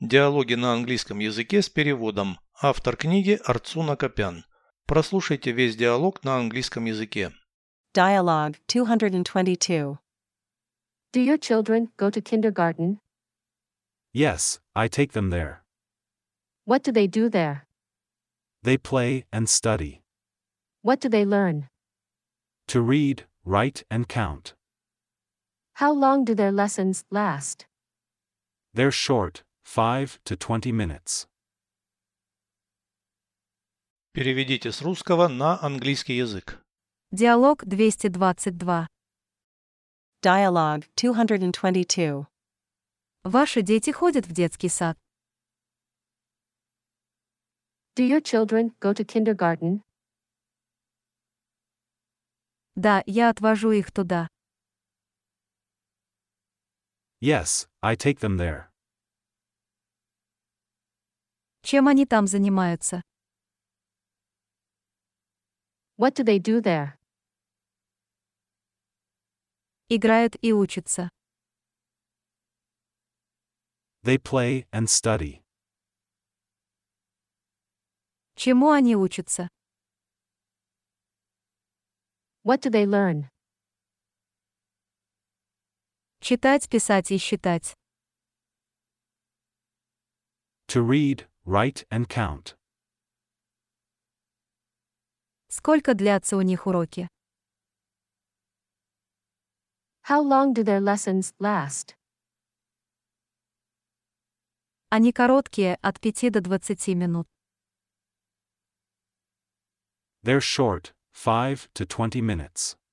Диалоги на английском языке с переводом. Автор книги Арцуна Копян. Прослушайте весь диалог на английском языке. Dialogue 222. Do your children go to kindergarten? Yes, I take them there. What do they do there? They play and study. What do they learn? To read, write, and count. How long do their lessons last? They're short, 5 to 20 minutes. Переведите с русского на английский язык. Диалог 222. Dialogue 222. Ваши дети ходят в детский сад. Do your children go to kindergarten? Да, я отвожу их туда. Yes, I take them there. Чем они там занимаются? What do they do there? Играют и учатся. They play and study. Чему они учатся? What do they learn? Читать, писать и считать. To read, write, and count. Сколько длятся у них уроки? How long do their lessons last? Они короткие, от 5 до 20 минут. They're short, 5 to 20 minutes.